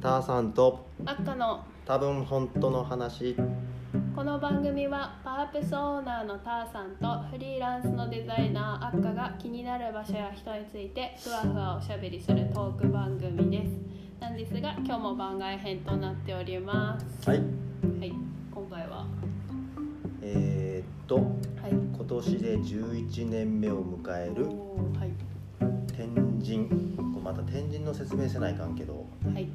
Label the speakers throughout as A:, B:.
A: ターさんと
B: アッカの
A: 多分本当の話
B: この番組はパープスオーナーのターさんとフリーランスのデザイナーアッカが気になる場所や人についてふわふわおしゃべりするトーク番組ですなんですが今日も番外編となっております
A: はい
B: はい今回は
A: えー、っと
B: はい
A: 今年で11年目を迎える
B: おーはい
A: 天神これまた天神の説明せないかんけど
B: はい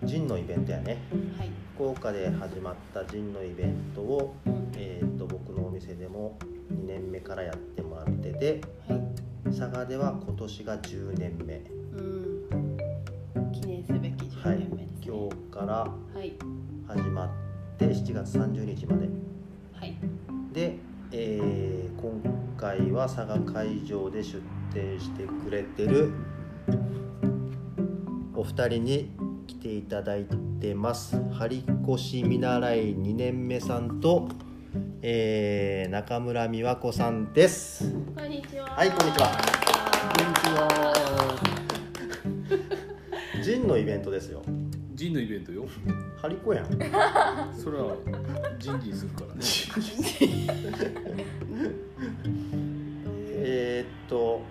A: 神のイベントやね
B: はい
A: 福岡で始まった神のイベントを、
B: うん
A: えー、っと僕のお店でも2年目からやってもらってて
B: はい
A: 佐賀では今年が10年目
B: うん記念すべき
A: は
B: 10
A: い
B: 年目ですね
A: 今日から
B: はい
A: 始まって7月30日まで
B: はい
A: で、えー今回は佐賀会場で出店してくれてるお二人に来ていただいてます張越見習い2年目さんと、えー中村美和子さんです
B: こんにちは
A: はいこんにちはジンのイベントですよ
C: ジンのイベントよ。
A: 張子やん
C: それはジンジンするからね。
A: えーっと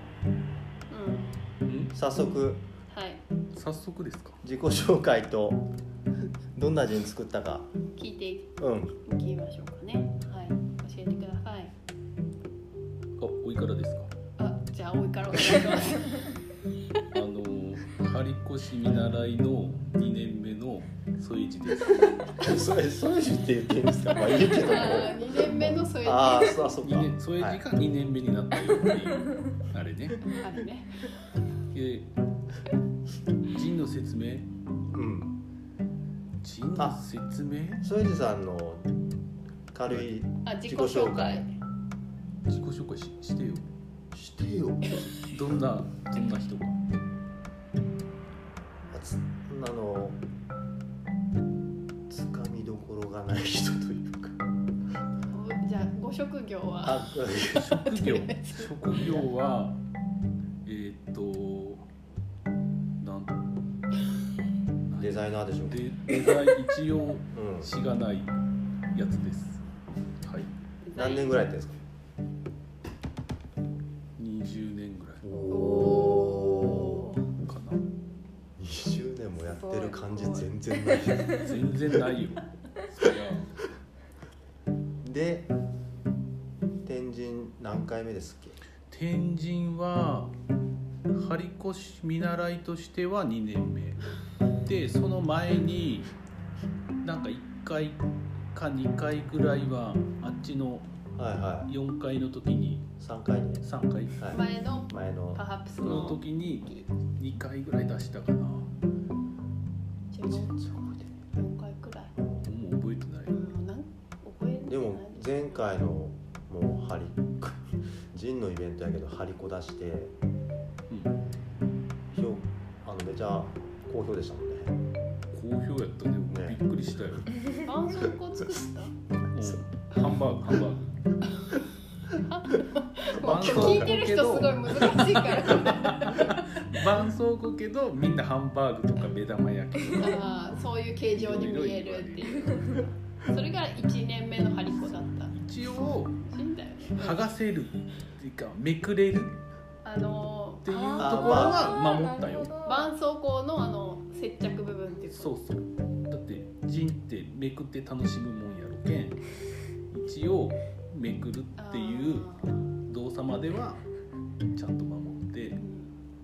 B: うん
C: ん
A: 早速
B: はい
C: 早速ですか。
A: 自己紹介とどんなジン作ったか
B: 聞いてい
A: うん
B: きましょうかねはい教えてください
C: あ、おいからですか。
B: あじゃあ多いからお願いします
C: あのー、張越見習いの2年目の添え字です。
A: それそういうって言っていいんですかまあいいけども
B: あ 二年目の添え字あ
A: ああそうあそうか
C: 二年添え字が2年目になったよっていう、あれね。
B: るね
C: で、ジンの説明
A: うん
C: ジンの説明
A: そえじさんの軽い
B: あ自己紹介
C: 自己紹介ししてよ。
A: してよ
C: どんな、どんな人か。
A: あつあのつかみどころがない人というか
B: おじゃあご職業は
A: あ
C: 職業職業はえーっとなん
A: デザイナーでしょ
C: でデザイン一応
A: うん
C: しがないやつですはい
A: 何年ぐらいやってんですか
C: 20年ぐらい
A: お
B: お
A: お
B: ー
C: か
A: 20年もやってる感じ全然ない
C: な全然ないよそりゃ
A: で天神何回目ですっ
C: 天神は張越見習いとしては2年目でその前になんか1回か2回ぐらいはあっちの
A: けはいは
C: 4回の時に
A: い3回ね
C: 3回
A: はい
B: 前の
A: 前の
B: パハプス
C: その
B: の
C: 時に2回ぐらい出したかなも
B: 自分4回くらいう
C: 覚えてない
B: うんなん覚えてない
A: でも前回のもうハリ ジンのイベントやけどハリコ出して
C: うん
A: 評あのめちゃ好評でしたもんね
C: 好評やったね
A: ね
C: びっくりしたよ、
B: 絆創膏作った
C: うんハンバーグハンバーグ
B: もう
C: 絆創膏
B: 聞いてる人すごい難しいからこれ
C: 絆創膏けどみんなハンバーグとか目玉焼きとか
B: あーそういう形状に見えるっていうそれが1年目のハリコだった
C: 一応
B: 死んだよね
C: 剥がせるっていうかめくれる
B: あの
C: っていうところ
B: ー
C: は守ったよ
B: 絆創膏のあの接着部分っていう
C: そうそうだって人ってめくって楽しむもんやろけん一応めくるっていう
B: あー
C: 動作まではちゃんと守って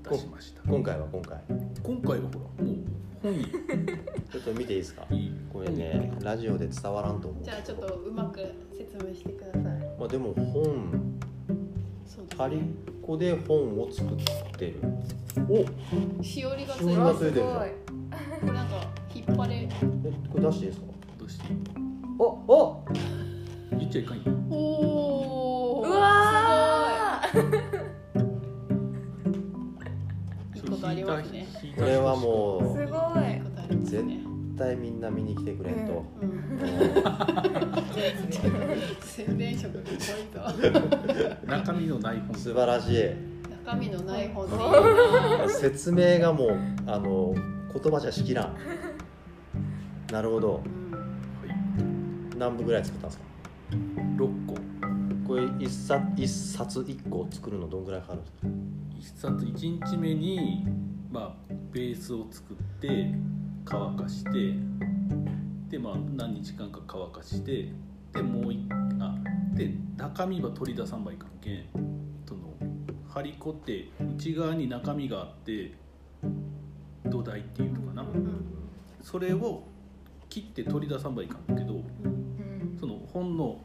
C: 出しました
A: 今回は今回
C: 今回はほらもう本意
A: ちょっと見ていいですか
C: いい
A: これねラジオで伝わらんと思う
B: じゃあちょっとうまく説明してください
A: まあ、でも本
B: そうですね
A: ハリコで本を作ってるお
B: しおりがつい
A: しおりがついて
B: て
A: るじゃん
B: るなんか引っ張れ
A: えこれ出していいですか
C: どうして
A: ああ
C: 言っちゃいかんよ
B: おお
D: うわー
B: いいことありますね
C: 引いた
A: これは
D: すご
A: も
D: い
B: いいことありますね
A: う絶対みんな見に来てくれんと、
B: うん
A: うん
B: 宣伝色のポイント
C: 中身のない本
A: 素晴らしい
B: 中身のない本でいいな
A: 説明がもうあの言葉じゃしきらんなるほど
B: うん
A: 何部ぐらい作ったんですか
C: 6個
A: これ一冊一冊一個作るのどんぐらいかかるんですか
C: 一冊一日目に、まあ、ベースを作って乾かしてで、まあ、何日間か乾かしてでもう一あで中身は取り出さんばいかんけんその張り子って内側に中身があって土台っていうのかなそれを切って取り出さんばいかんけどそのほんの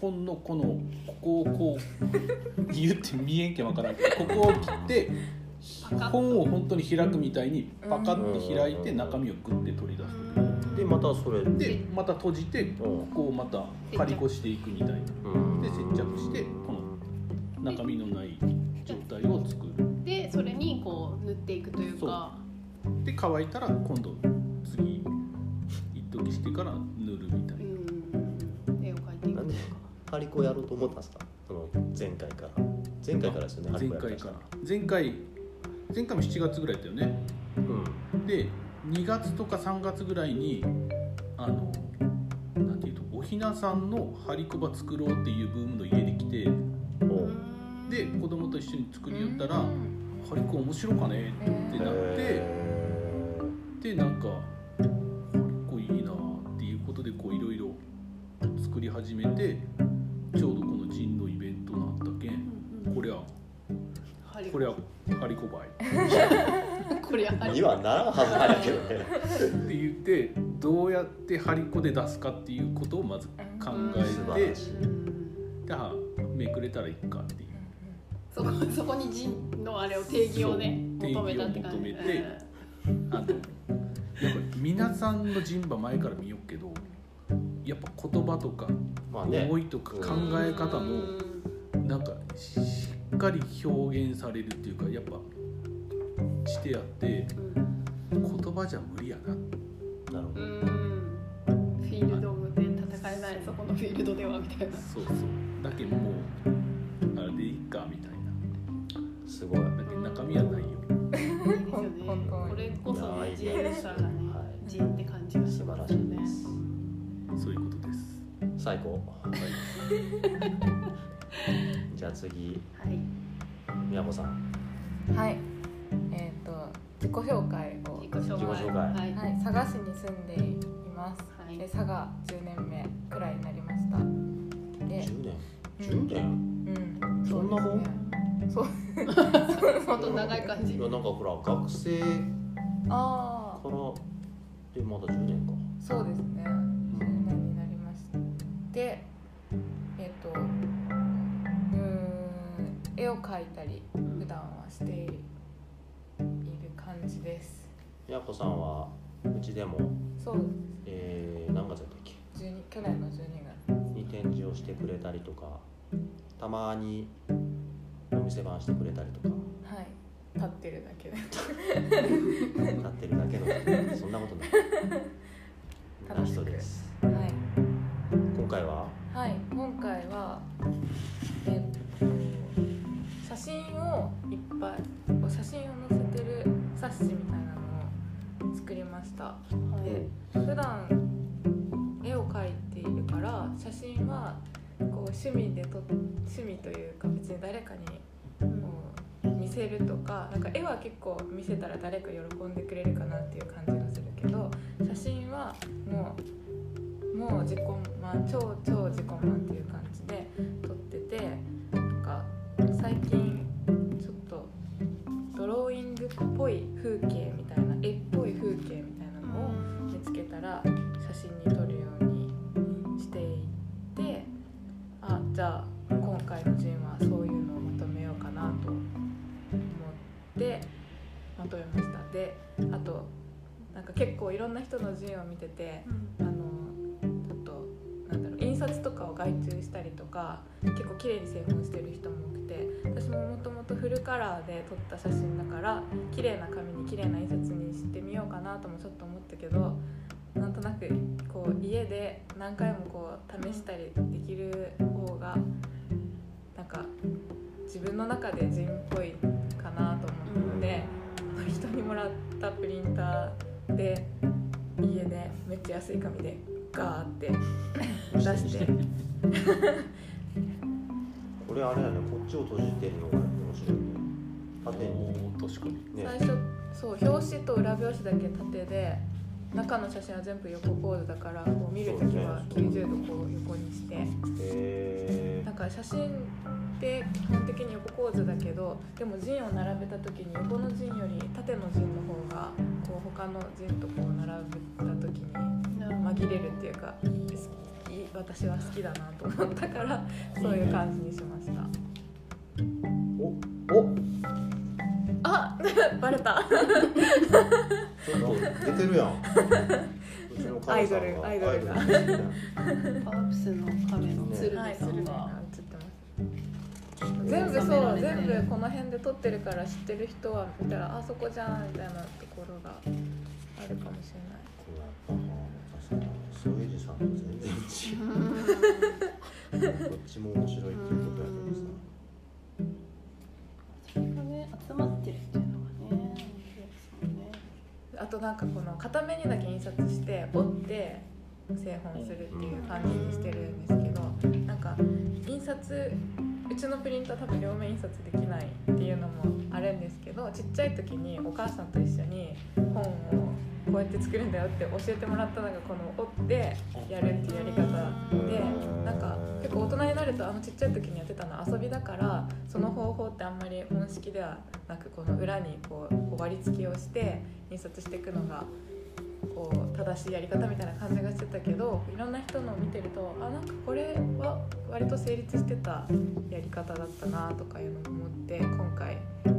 C: ほんのこのここをこう 言って見えんけんわからんけどここを切って
B: パカッ
C: 本を本当に開くみたいにパカッと開いて
A: うん
C: 中身をグッて取り出す
B: うん
A: でまたそれうん
C: でまた閉じてここをまた張り越していくみたいなで接着してこの中身のない状態を作る
B: でそれにこう塗っていくというか
C: で乾いたら今度次一時してから塗るみたいうなん
B: 絵を描いていく
A: なんで張り子やろうと思ったんですかその前回から前回からですよね
C: 前回から前回前回も7月ぐらいだったよね
A: らうん
C: で2月とか3月ぐらいにあのなんていうとおひなさんの張り子ば作ろうっていうブームの家に来て
A: お
B: うん
C: で子供と一緒に作り寄ったら「張り子面白かね」ってなって
A: へー
C: でなんか「張り子いいな」っていうことでこういろいろ作り始めてちょうどこのジンのイベントがあったけ
B: うんんうん
C: こりゃ
B: 針
C: こりゃ張り子ばい
B: これ
A: にはならんはずなんだけどね
C: って言ってどうやって張り子で出すかっていうことをまず考
A: 素
C: え
A: 晴
C: て
A: らしい
C: じゃあめくれたらいいかっていう
B: そこ そこに人のあれを定義をね
C: そう
B: 求めたって感じ
C: 定義を求めてあのやっぱ皆さんの人馬前から見よっけどやっぱ言葉とか
A: まあね
C: 思いとか考え方もなんかしっかり表現されるっていうかやっぱしてあって言葉じゃ無理やな
A: なるほ
B: う
A: ど
B: んうんフィールドで戦えないそこのフィールドではみたいな
C: そうそうだけどもうあれでいいかみたいな
A: すごい、は
C: だけど中身はないよ
B: いいですよね
D: ほんほんほん
B: これこそ
A: ない
B: ね
A: ね
B: 自由さがね
A: い、
B: 人って感じがし
A: 素晴
B: ま
A: ら
B: す
A: し
B: よ
A: い
B: ね
A: です
C: そういうことです
A: 最高
C: はい
A: じゃあ次
B: はい
A: 宮本さん
D: はいえっ、と自己紹介を
B: 自己紹介
A: 自己紹介
B: はい
D: はい、佐賀市に住んでいます、
B: はい
D: で佐賀10年目くらいになりましたで
A: 10年10年
D: うん
A: そんなもん
D: そう
B: もっと長い感
A: い
B: じ
A: やなんかほら学生か
D: ああ
A: らでまだ10年か
D: そうですね10年になりましたでえっ、とうーん絵を描いたり普段はしている感じです
A: やこさんはうちでも、
D: そう
A: えー、何月だったっけ
D: 12去年の12月
A: に展示をしてくれたりとかたまにお店番してくれたりとか
D: はい立ってるだけで
A: なってるだけ のそんなことないな
D: 楽しく
A: 人です
D: はい
A: 今回は
D: はい、今回は、えっと、写真をいっぱいお写真を載せてる冊子みたいなのを作りました
A: う
D: で
A: ん
D: 普段絵を描いているから写真はこう趣味でと趣味というか別に誰かにこう見せるとかなんか絵は結構見せたら誰か喜んでくれるかなっていう感じがするけど写真はもうもう自己満超超自己満っていう感じで撮っててなんか最近ちょっとドローイングっぽい風景みたいな絵っぽい風景みたいなのを見つけたら写真に撮るようにしていってあじゃあ今回のジンはそういうのをまとめようかなと思ってまとめましたであとなんか結構いろんな人のジンを見ててあのあとなんだろう印刷とかを外注したりとか結構綺麗に製本してる人も多くて私ももともとフルカラーで撮った写真だから綺麗な紙に綺麗な印刷にしてみようかなともちょっと思ったけどなんとなくこう家で何回もこう試したりできる方がなんか自分の中で人っぽいかなと思ったので、人にもらったプリンターで家でめっちゃ安い紙でガーって出して
A: これあれだねこっちを閉じてるのが面白いね縦に
C: おー確かに
A: ね
D: 最初そう表紙と裏表紙だけ縦で中の写真は全部横構図だからこう見るときは90度こう横にして
A: え
D: なんか写真って基本的に横構図だけどでも陣を並べたときに横の陣より縦の陣の方がこう他の陣とこう並べたときに紛れるっていうかいい私は好きだなと思ったからそういう感じにしました
A: ー、おお
D: あ バレた
A: ちょっと出てる やんうちの母さんが
D: アイドルアイドルが
A: アイドルですね
B: パワーアップスのカメの鶴瓶
D: はい、
B: さ
D: 鶴
B: ん
D: 瓶が
B: が
D: 映ってます。全部そう、全部この辺で撮ってるから知ってる人は見たらあそこじゃんみたいなところがあるかもしれ
A: こうやっぱさソエジさんと全然違うこっちも面白いっていうことやけどさ
B: それがね集まってるっていうのがね面白いですもんね
D: ない。あとなんかこの片目にだけ印刷して折って製本するっていう感じにしてるんですけど、なんか印刷うちのプリンター多分両面印刷できないっていうのもあるんですけど、ちっちゃい時にお母さんと一緒に本をこうやって作るんだよって教えてもらったのがこの折ってやるっていうやり方。でなんか結構大人になるとあのちっちゃい時にやってたのは遊びだからその方法ってあんまり本式ではなくこの裏にこうこう割り付けをして印刷していくのがこう正しいやり方みたいな感じがしてたけどいろんな人のを見てるとあなんかこれは割と成立してたやり方だったなとかいうのを思って今回原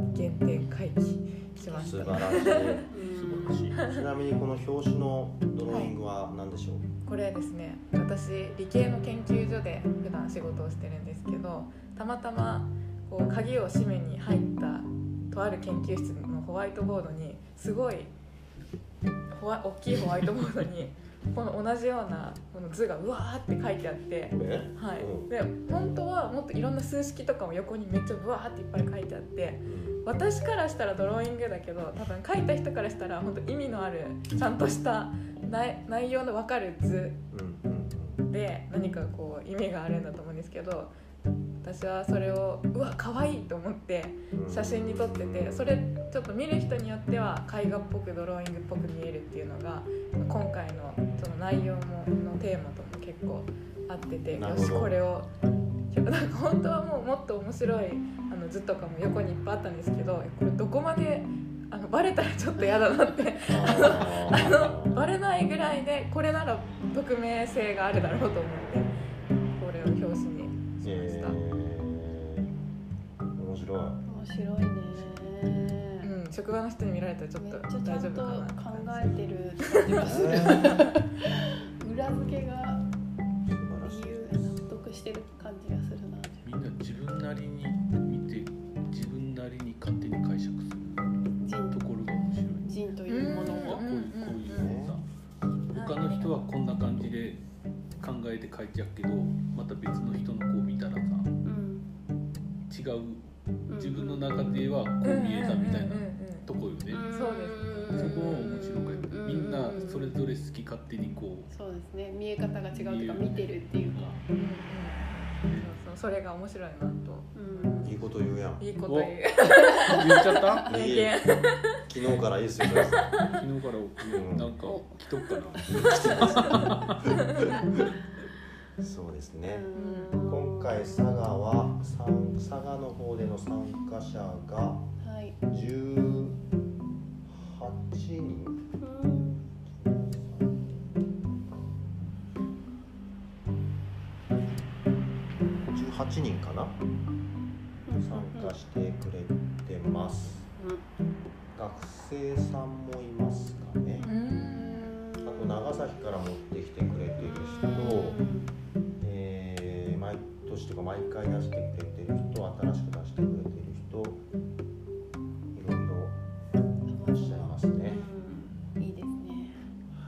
D: 点回帰しまし
A: 素
D: た
A: 晴
D: ね、
A: らし
B: うん
C: 素晴らし
A: いちなみにこの表紙のドローイングは何でしょう、
D: これですね私理系の研究所で普段仕事をしてるんですけどたまたまこう鍵を閉めに入ったとある研究室のホワイトボードにすごいホワ大きいホワイトボードにこの同じようなこの図がうわーって書いてあって。
A: これ
D: は
A: うん
D: い、で本当はもっといろんな数式とかも横にめっちゃぶわーっていっぱい書いてあって私からしたらドローイングだけど多分書いた人からしたら本当意味のあるちゃんとした内内容の分かる図
A: うんうんうん
D: で何かこう意味があるんだと思うんですけど私はそれをうわ可愛いと思って
A: うん
D: 写真に撮っててそれちょっと見る人によっては絵画っぽくドローイングっぽく見えるっていうのが今回のその内容ものテーマとも結構合ってて
A: なる
D: よ
A: ほど
D: しこれを。なんか本当はもうもっと面白いあの図とかも横にいっぱいあったんですけどこれどこまであのバレたらちょっと嫌だなって
A: あ
D: あの
A: ー
D: バレないぐらいでこれなら匿名性があるだろうと思ってこれを表紙にしました、
A: えー、面白い
B: 面白いね
D: うん、職場の人に見られたらちょっ
B: めっ
D: と
B: ちゃちゃ
D: 大
B: ん
D: 丈
B: と
D: 夫
B: 考
D: かなって
B: えて
D: 感
B: る感じがする裏付けが
A: 素晴らしい
B: 理由で納得してる感じがするな
C: みんな自分なりに見て自分なりに勝手に解釈する
B: 人
C: ところが面白い
B: 人というもの
D: う
B: を
D: ん
C: こういうこういうのさ他の人はこんな感じで考えて書いてやっけどまた別の人のこう見たらさ
B: うん
C: 違う
B: うん
C: 自分の中ではこう見えたみたいなとこよね、
B: ん
D: そうです
C: そこは面白くやってみんなそれぞれ好き勝手にこ う
B: そうですね見え方が違うというか見てるっていうか
D: うんうんうんそうそうそれが面白いなと
B: うん
A: いいこと言うやん
D: いいこと言う
C: 言っちゃった
A: い
D: 名
A: い
D: 言
A: 昨日からいいっすよそれ
C: 昨日からうんなんか来とっかな
A: そうですね、
B: うん
A: 今回佐賀はさん佐賀の方での参加者が
B: はい
A: 18人
B: うん
A: 18人かな参加してくれてます
B: うん
A: 学生さんもいますかね
D: う
B: うんん
A: あと長崎から持ってきてくれてる人えー毎年とか毎回出してくれてる人新しく出してくれてる人いろいろいらっしゃいますね、
B: うんいいですね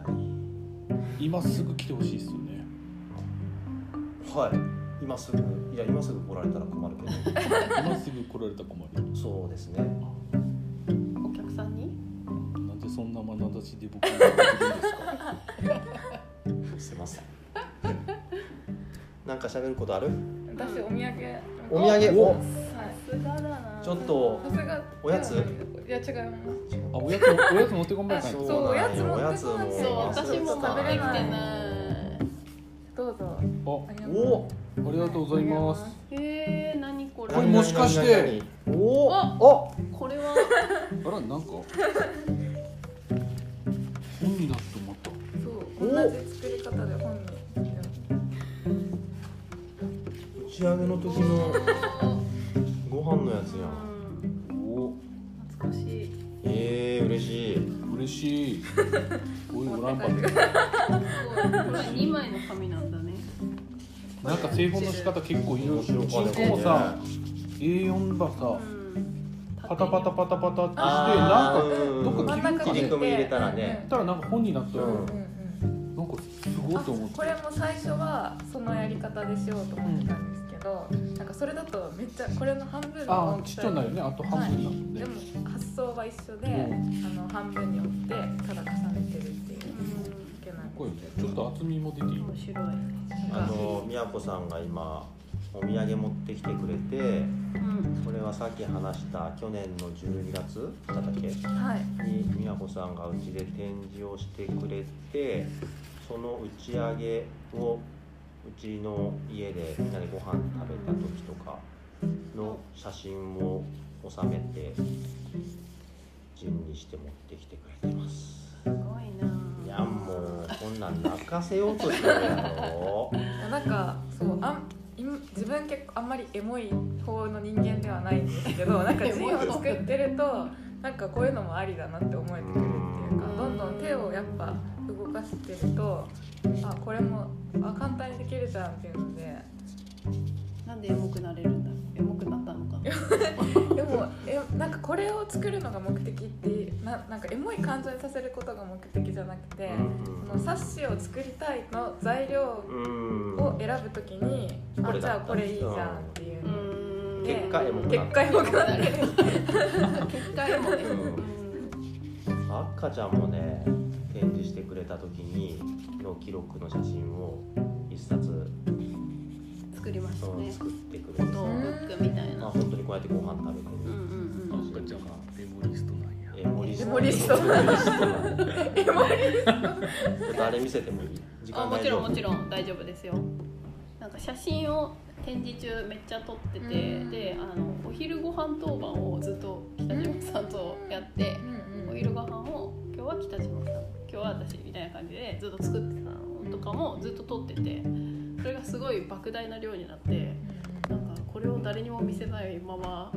A: はい
C: 今すぐ来てほしいっすよね
A: はい今すぐいや今すぐ来られたら困るけど
C: 今すぐ来られたら困る
A: そうですね
B: お客さんに
C: なんでそんな眼差しで僕に言ってくるんですか
A: すいませんなんか喋ることある
D: 私お土産
A: お土産
C: お
A: お
D: はい
B: すがだな
A: ちょっと
D: さすが
A: おやつ
D: いや違います
A: 違う
C: あおやつおやつ持ってこんば
D: ば
C: いか
D: いか
C: い
A: そ
D: い
A: う
D: そうおやつ持ってこない
A: おやつも
B: そう私も
D: 食
B: 食
D: べ
B: べ
D: れ
B: れ
D: な
B: ないい
D: どうぞ
C: お
D: ありがとう
A: お
C: ありがとうございます
B: えー、何これ
C: これもしかして
A: 何何何おお
B: これは
C: あらなんか本になってまた
D: そう同じ作り方で本に
A: 打ち上げの時のご飯のやつやん
B: 懐
C: お
B: かしい
A: えー、嬉しい
C: 嬉しいおいおらんぱ
D: 持っ
C: ね
D: て帰る
B: これ二枚の紙なんだね
C: なんか製本の仕方結構いろいろ
A: 面白かった
C: うちもさ A4 がさパタパタパタパタっ
A: あ
C: てしてなんか
A: ー
C: どっか
D: 真ん
C: 切る
D: 中
C: か
A: 切り
C: ね
A: 込み入れたら
C: や
A: ね
C: ったらなんか本になったよ
A: う
D: うんうんうん
C: なんかすごいと思っ
D: あこ
C: て
D: れも最初はそのやり方でしようと思ってたんですけど、なんかそれだとめっちゃこれの半分の
C: あ
D: 大
C: ちっ
D: き
C: ちゃ
D: さ
C: なよねあと半分だもんね
D: でも発想は一緒で、
C: う
D: あの半分に折ってただ重ねてるっていう
B: 面
D: いけない
C: これちょっと厚みも出ていい
B: 白い
A: あの宮子さんが今お土産持ってきてくれて
B: うん
A: これはさっき話した去年の12月だったっけ
D: はい
A: に宮子さんがうちで展示をしてくれてその打ち上げをうちの家でみんなでご飯食べた時とかの写真を収めて陣にして持ってきてくれてます
B: すごいない
A: やもうこんなん泣かせようとしてるやろ
D: いやなんかそうあん今自分結構あんまりエモい方の人間ではないんですけどなんかジンを作ってるとなんかこういうのもありだなって思えてくるっていうか
B: うん
D: どんどん手をやっぱ動かしてるとあこれもあ簡単にできるじゃんっていうので
B: なんでエモくなれるんだろうエモくなったのかな
D: でもえなんかこれを作るのが目的ってななんかエモい感情にさせることが目的じゃなくてその冊子を作りたいの材料
A: うん
D: を選ぶときに
A: こ
D: あ
A: れ
D: じ
A: だ
D: ゃあこれいいじゃんっていう
B: う
D: ので
B: ーん
A: 結果エモく
D: 結
A: なる
D: 果エモくなる
B: 結果エモね
A: 赤ちゃんもね展示してくれた時にの記録の写真を一冊、う
B: うん作りました
A: ん
B: ね
A: 作ってくれて
B: フ
A: さ
B: ォトブックみたい
A: まあ
B: な
A: 本当にこうやってご飯食
B: うんうんうん
A: べてる
C: メモリストなんや
A: エモリス
D: エ
A: ト
D: モリストエモリ
A: ちょっとあれ見せてもいい時
B: あ
A: 間
B: も
A: 大
B: ち
A: 丈
B: ろん
A: 夫
B: もちろん大丈夫ですよなんか写真を展示中めっちゃ撮ってて、
D: うん
B: であのお昼ご飯当番をずっと北島さんとやって、お昼ご飯を今日は北島さん今日は私みたいな感じでずっと作ってたのとかもずっと撮っててそれがすごい莫大な量になってなんかこれを誰にも見せないまま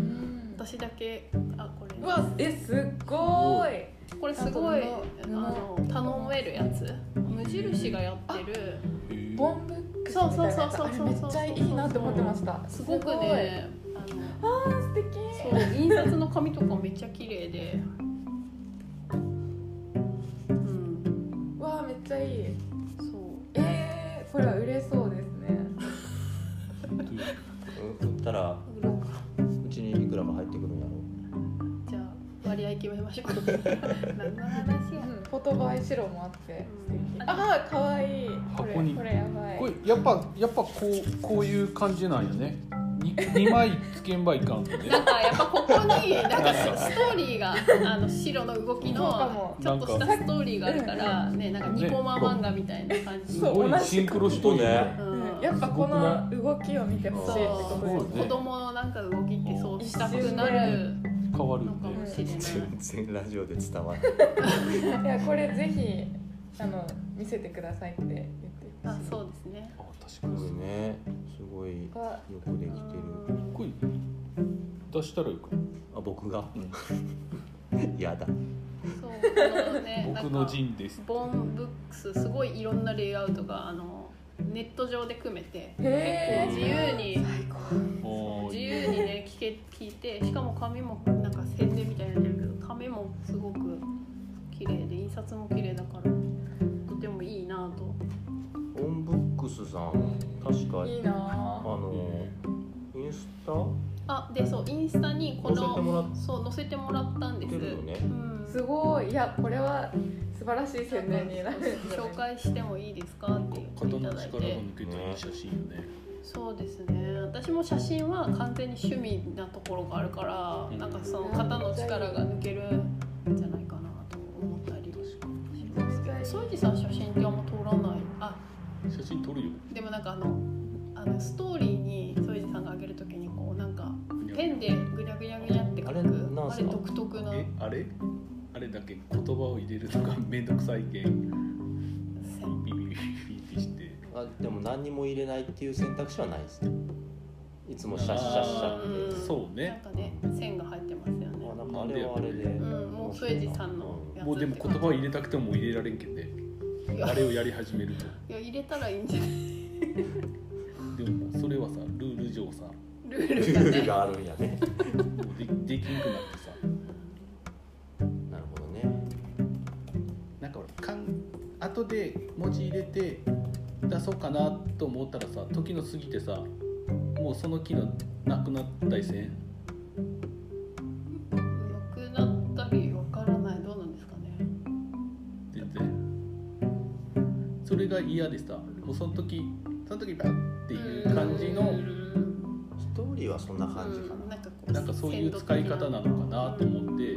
B: 私だけあこ
D: う
B: れ
D: わえすっごい
B: これすごい
D: あ
B: あ
D: 布
B: の頼めるやつ無印がやってる
C: へえ
D: ボンブックスみたいなやつ
B: そうそうそうそう
D: あれめっちゃいいなって思ってました
B: すごくねあの
D: すごい素敵
B: そう印刷の紙とかめっちゃ綺麗で、うん、
D: うわめっちゃいい
B: そう
D: えー、これは売れそうですね
A: うん売ったら
B: 売ろうか
A: うちにいくらが入ってくるんやろ
B: じゃあ割合決めましょ う何の話や
D: フォトバイ白もあって
B: うん
D: ああかわいいこれ
C: 箱に
D: これやばい
C: これやっぱやっぱこうこういう感じなんやねに2枚つけんばいかんってね
B: なんかやっぱここになんかストーリーがあの白の動き
D: そうかも
B: のちょっとしたストーリーがあるからねなんかニコマ漫画みたいな感じ、
C: す
D: そう
C: ご
D: 同
C: い
D: じ
C: シンクロしとるね
D: うん
B: や
D: やっぱこの動きを見てほしい
B: そ
D: ってこ
B: う、
C: す
D: と
C: ごい
D: です
C: ね
B: 子供のなんか動きってそうしたくなる
C: 変わるよ
B: のかも
C: ね
B: しれない、
A: 然ラジオで伝わる
D: いやこれぜひあの見せてくださいって言ってほ
B: あ
D: しい
B: そうですね
C: あ確
A: こ
C: か
A: れ
C: に
A: ねすごいよ
D: わ
A: くできてる
C: これ出したらいいか
A: あ僕が、 やだ
B: そうこの ね
C: 僕の
B: なんか
C: 陣です
B: ボンブックスすごいいろんなレイアウトがあのネット上で組めて
D: へ
B: 自
D: ー
B: 由に
C: もう
B: 自由にね聞け聞いてしかも紙もなんか宣伝みたいになってるけど紙もすごく綺麗で印刷も綺麗だからとてもいいなと
A: オンブックスさん確か
D: いいな
A: あのインスタ
B: あでそうインスタに
A: 載
B: こ
A: せてもら
B: の
A: っ
B: そう載せてもらったんです
A: てるよね
B: うん
D: すごいいやこれは素晴らしい宣伝になるんじゃない
B: 紹介してもいいですかって言って
C: 肩
B: い
C: の
B: た
C: 力
B: だい
C: が
B: て
C: 抜けてる写真よね
B: そうですね私も写真は完全に趣味なところがあるから、
C: うん
B: なんかその肩の力が抜けるんじゃないかなと思ったり
C: 確か
B: しますけどソイジさん写真ってあんま通らないあ
C: に写真撮るよ
B: でもなんかあのあのストーリーにソイジさんが上げるときにこうなんかペンでぐにゃぐにゃぐにゃって書く
A: あれなん
B: あ
A: す
B: れ
A: か
B: 独特な
C: えあれあれだけ言葉を入れるのがめんどくさいけん
B: 線
C: ビビビビビビして
A: あでも何にも入れないっていう選択肢はないですねいつもシャッシャッシャッ
C: あ
A: って
B: うん
C: そう
B: なん
C: ね
B: かね線が入ってますよね
A: あなんかあれはあれで、
B: うんもうソイジさんのやつ
C: もうでも言葉を入れたくてももう入れられんけんね
B: いや
C: あれをやり始めると
B: いや入れたらいいんじゃない
C: でもそれはさルール上さも
B: ル
A: ル
B: ールがね
A: ールがあるんやね
C: うでできんくなってさ
A: なるほどね
C: なんか俺かん後で文字入れて出そうかなと思ったらさ時の過ぎてさもうその機能なくなったりせん
B: なくなったりわからないどうなんですかね
C: 全然それが嫌でさもうその時その時バッっていう感じの
B: うん
A: ストーリーはそんな感じかな、
B: なんかこう
C: なんかそういう使い方なのかなと思って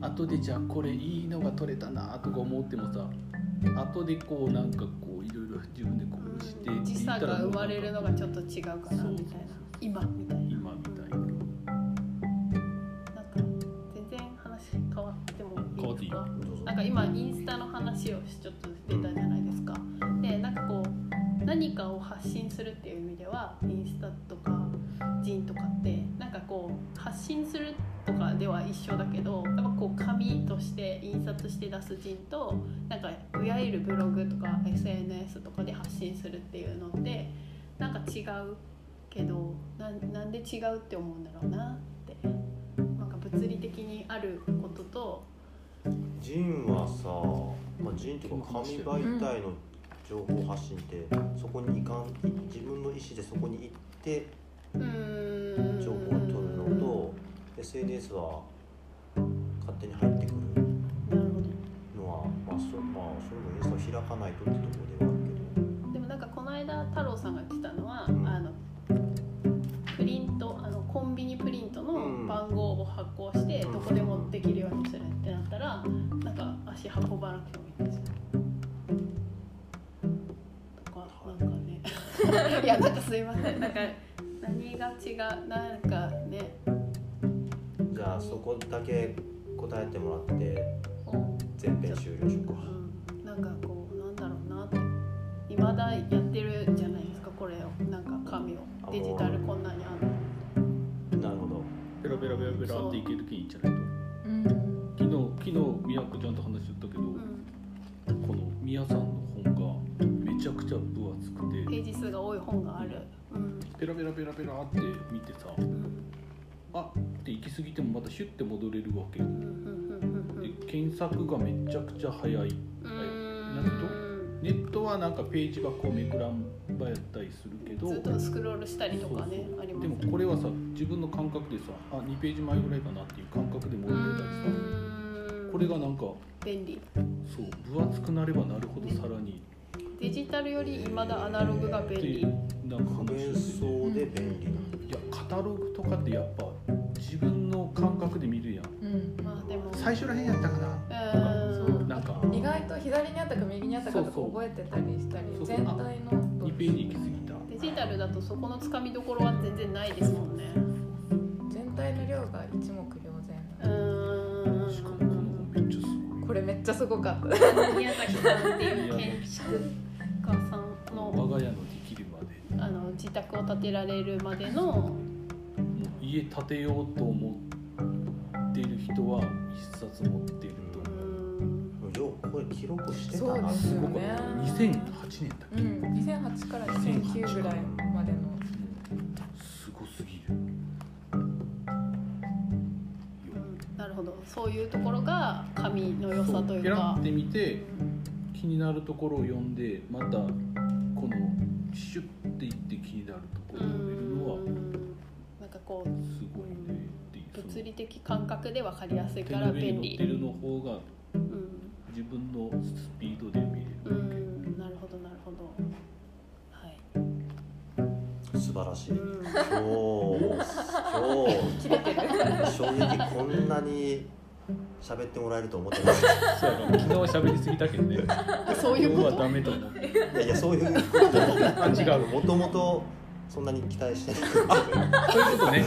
C: 後でじゃあこれいいのが取れたなとか思ってもさ後でこうなんかこういろいろ自分でこうして
B: うん時差が生まれるのがちょっと
C: 違う
B: 違うかなみたいな今みたいな
C: 今みたいな
B: なんか全然話変わってもいいです
C: 変わ
B: か
A: どうぞ
B: なんか今インスタの話をちょっと出たじゃないですか。でなんかこう何かを発信するっていう意味ではインスタとかジンとかってなんかこう発信するとかでは一緒だけどやっぱこう紙として印刷して出すジンとなんかいわゆるブログとか SNS とかで発信するっていうのってなんか違うけどなんなんで違うって思うんだろうなってなんか物理的にあることと
A: ジンはさ、まあ、ジンっていうか紙媒体の情報発信ってそこにいかん自分の意思でそこに行って
B: うーん
A: 情報を取るのと SNS は勝手に入ってくる
B: なるほ
A: のは、まあそまあ、それもインスタを開かないとってところではあるけど
B: どでもなんかこの間太郎さんが言ってたのは、
A: うん
B: あのプリントあのコンビニプリントの
A: うん
B: 番号を発行して、
A: うん
B: どこでもできるようにするってなったらなんか足運ばなくてもいいんですよ。とかなんかね いやなんかすいませんなんか何が違うなんかね
A: じゃあそこだけ答えてもらって
B: こう
A: 前編終了しようか
B: うんなんかこうなんだろうなって未だやってるじゃないですかこれをなんか紙を
A: あ
B: デジタルこんなにある
A: なるほど
C: ペラペラペラペラっていけるけんいいんじゃないと
D: うん
C: 昨日昨日宮子ちゃんと話しとったけど、
B: うん
C: この宮さんの本がめちゃくちゃ分厚く
B: ペ
C: て
B: ージ数が多い本があるうん
C: ペラペラペラペラって見てさ
B: うん
C: あって行き過ぎてもまたシュッて戻れるわけ
B: うんうんうん
C: で検索がめちゃくちゃ早
B: うん
C: いや
B: うん
C: ネットはなんかページがこうめくらんばやったりするけど
B: ずっとスクロールしたりとかね
C: そうそう
B: あります
C: で
B: よね
C: もこれはさ自分の感覚でさあ2ページ前ぐらいかなっていう感覚で戻れたりさ
B: うん
C: これがなんか
B: 便利
C: そう分厚くなればなるほどさらに
B: デジタルより未だアナログが便
C: って
B: 利
C: なんか
A: 不
C: 話
A: 便
C: してて
A: そうで便利ない
C: やカタログとかってやっぱ自分の感覚で見るやん
D: うん
B: まあでも
C: 最初らへんやったかな
B: うん
C: なんか
D: 意外と左にあったか右にあったか
C: そう
D: とか
C: そう
D: 覚えてたりしたり
C: そうそう
D: 全体の
C: 2ページ行き過ぎた
B: デジタルだとそこのつかみどころは全然ないですもんね
D: 全体の量が一目瞭然
B: うん
C: しかもこの本めっちゃす
D: これめっちゃすごかった
B: 宮崎さんっていう建築家さん
C: ごい
B: の
C: 我が家のできるまで
B: あの自宅を建てられるまでの
C: もう家建てようと思ってる人は一冊持ってると
B: うー
C: 思うん
A: ようこれ記録してた
D: そう
A: な
D: ですよ
C: 僕
D: ね
C: は2008年だっ
D: う
C: け、
D: ん2008から2009ぐらいまでの
C: すごすぎる
B: うんなるほどそういうところが紙の良さという
C: ペラ
B: か
C: って見て気になるところを読んでまたこのシュッていって気になるところを読めるのは
B: うんなんか構
C: すごいねっていう
B: 物理的感覚で分かりやすい
C: 手
B: か
C: の
B: ら
C: 上
B: 便
C: に乗って
B: 利。
C: るの方が
B: うん
C: 自分のスピードで見れ
B: う
C: る、
B: ん、なるほどなるほど。はい。
A: 素晴らしい。
B: うん、
A: 今日
B: 切れてる。
A: 今日衝撃こんなに喋ってもらえると思ってなかっ
C: そうやろ昨日喋りすぎたけどね
B: あそういうこ
C: 今日はダメと思って
A: た。いやいやそういうことじゃな
C: あ違う
A: くもともとそんなに期待して
C: そういうことね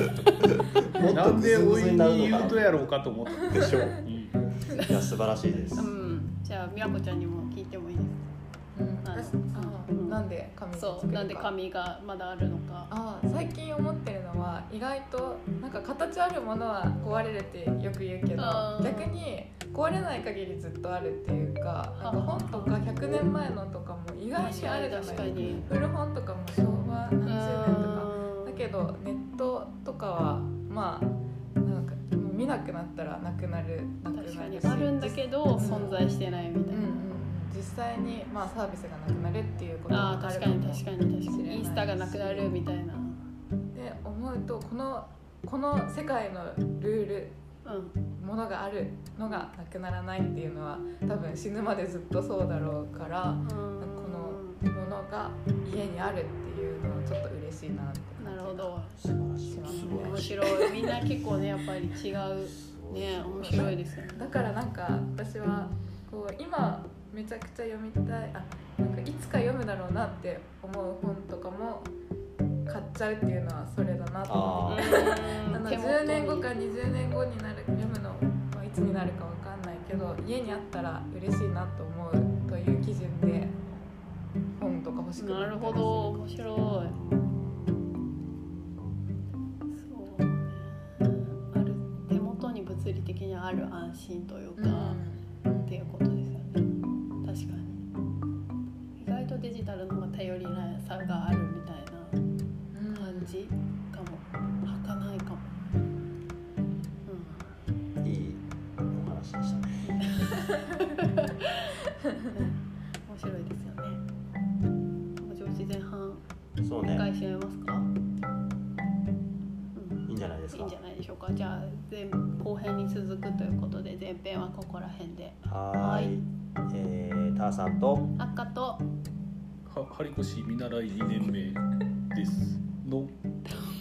A: ない。もっ
C: な
A: と
C: んでおい
A: に
C: に
A: な
C: 言うとや
A: ろ
C: ろうかと思った
A: でしょう。
C: うん
A: いや素晴らしいです
B: と。う。ん。じゃあみやこちゃんにも聞いてもいいです
D: うん
B: あの
D: あ
B: うん
D: なんで紙
B: か。
D: に作
B: そ
D: るか
B: う。なんで紙がまだあるのか。
D: あー最近思ってるのは意外となんか形あるものは壊れるってよく言うけど
B: あー
D: 逆に壊れない限りずっとあるっていうかなんか本とか100年前のとかも意外にあるじゃない
B: 確かに。
D: 古本とかも昭和何十
B: う
D: 年とか
B: ん
D: だけどネットとかはまあなんかもう見なくなったらなくなるなく
B: 確か
D: な
B: に
D: るし
B: あるんだけど存在してないみた
D: 実
B: い
D: うんう
B: な。
D: ん実際に、まあ、サービスがなくなるっていうこと
B: あ
D: も
B: あ
D: あ
B: 確
D: るか
B: か
D: も
B: に確かに確かにインスタがなくなるみたいな。
D: で思うとこのこの世界のルール
B: うん。
D: ものがあるのがなくならないっていうのは多分死ぬまでずっとそうだろうから
B: こ
D: ものが家にあるっていうのはちょっと嬉しいなって
B: な
D: 感じ
B: るほど。
A: 素晴らしい。
D: すごい
B: 面白いみんな結構ねやっぱり違う
A: すごい
B: ね面白いですよね。
D: だからなんか私はこう今めちゃくちゃ読みたいあなんかいつか読むだろうなって思う本とかも買っちゃうっていうのはそれだなと思っ
A: あ
D: て
B: う
D: あ
B: ん
D: の
B: 手元に
D: 10年後か20年後になる読むのはいつになるかわかんないけど家にあったら嬉しいなと思うという基準で本とか欲しく
B: な
D: なった
B: る
D: り
B: ほど面白いそうねある手元に物理的にある安心という
D: するう
B: か、
D: ん
B: っていうことですよね確かに意外とデジタルの方が頼りなさがあるみたいな
D: うん
B: 感じかも儚いかも、
A: いいお話でしたね。
B: うん、面白いですよねお上司前半
A: そう
B: 一回
A: ね。
B: 閉めますか、うん
A: いいんじゃないです
B: いい
A: か
B: んじ。ゃないでしょうかじゃあ前後編に続くということで前編はここら辺で
A: はーい。えー、ターさんと。
B: 赤と
C: は張り越し見習い2年目ですの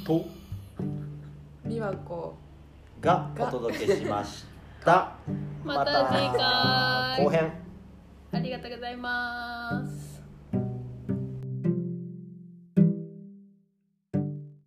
C: と
D: 美和子
A: がお届けしました。
B: また次回
A: 後編。
B: ありがとうございます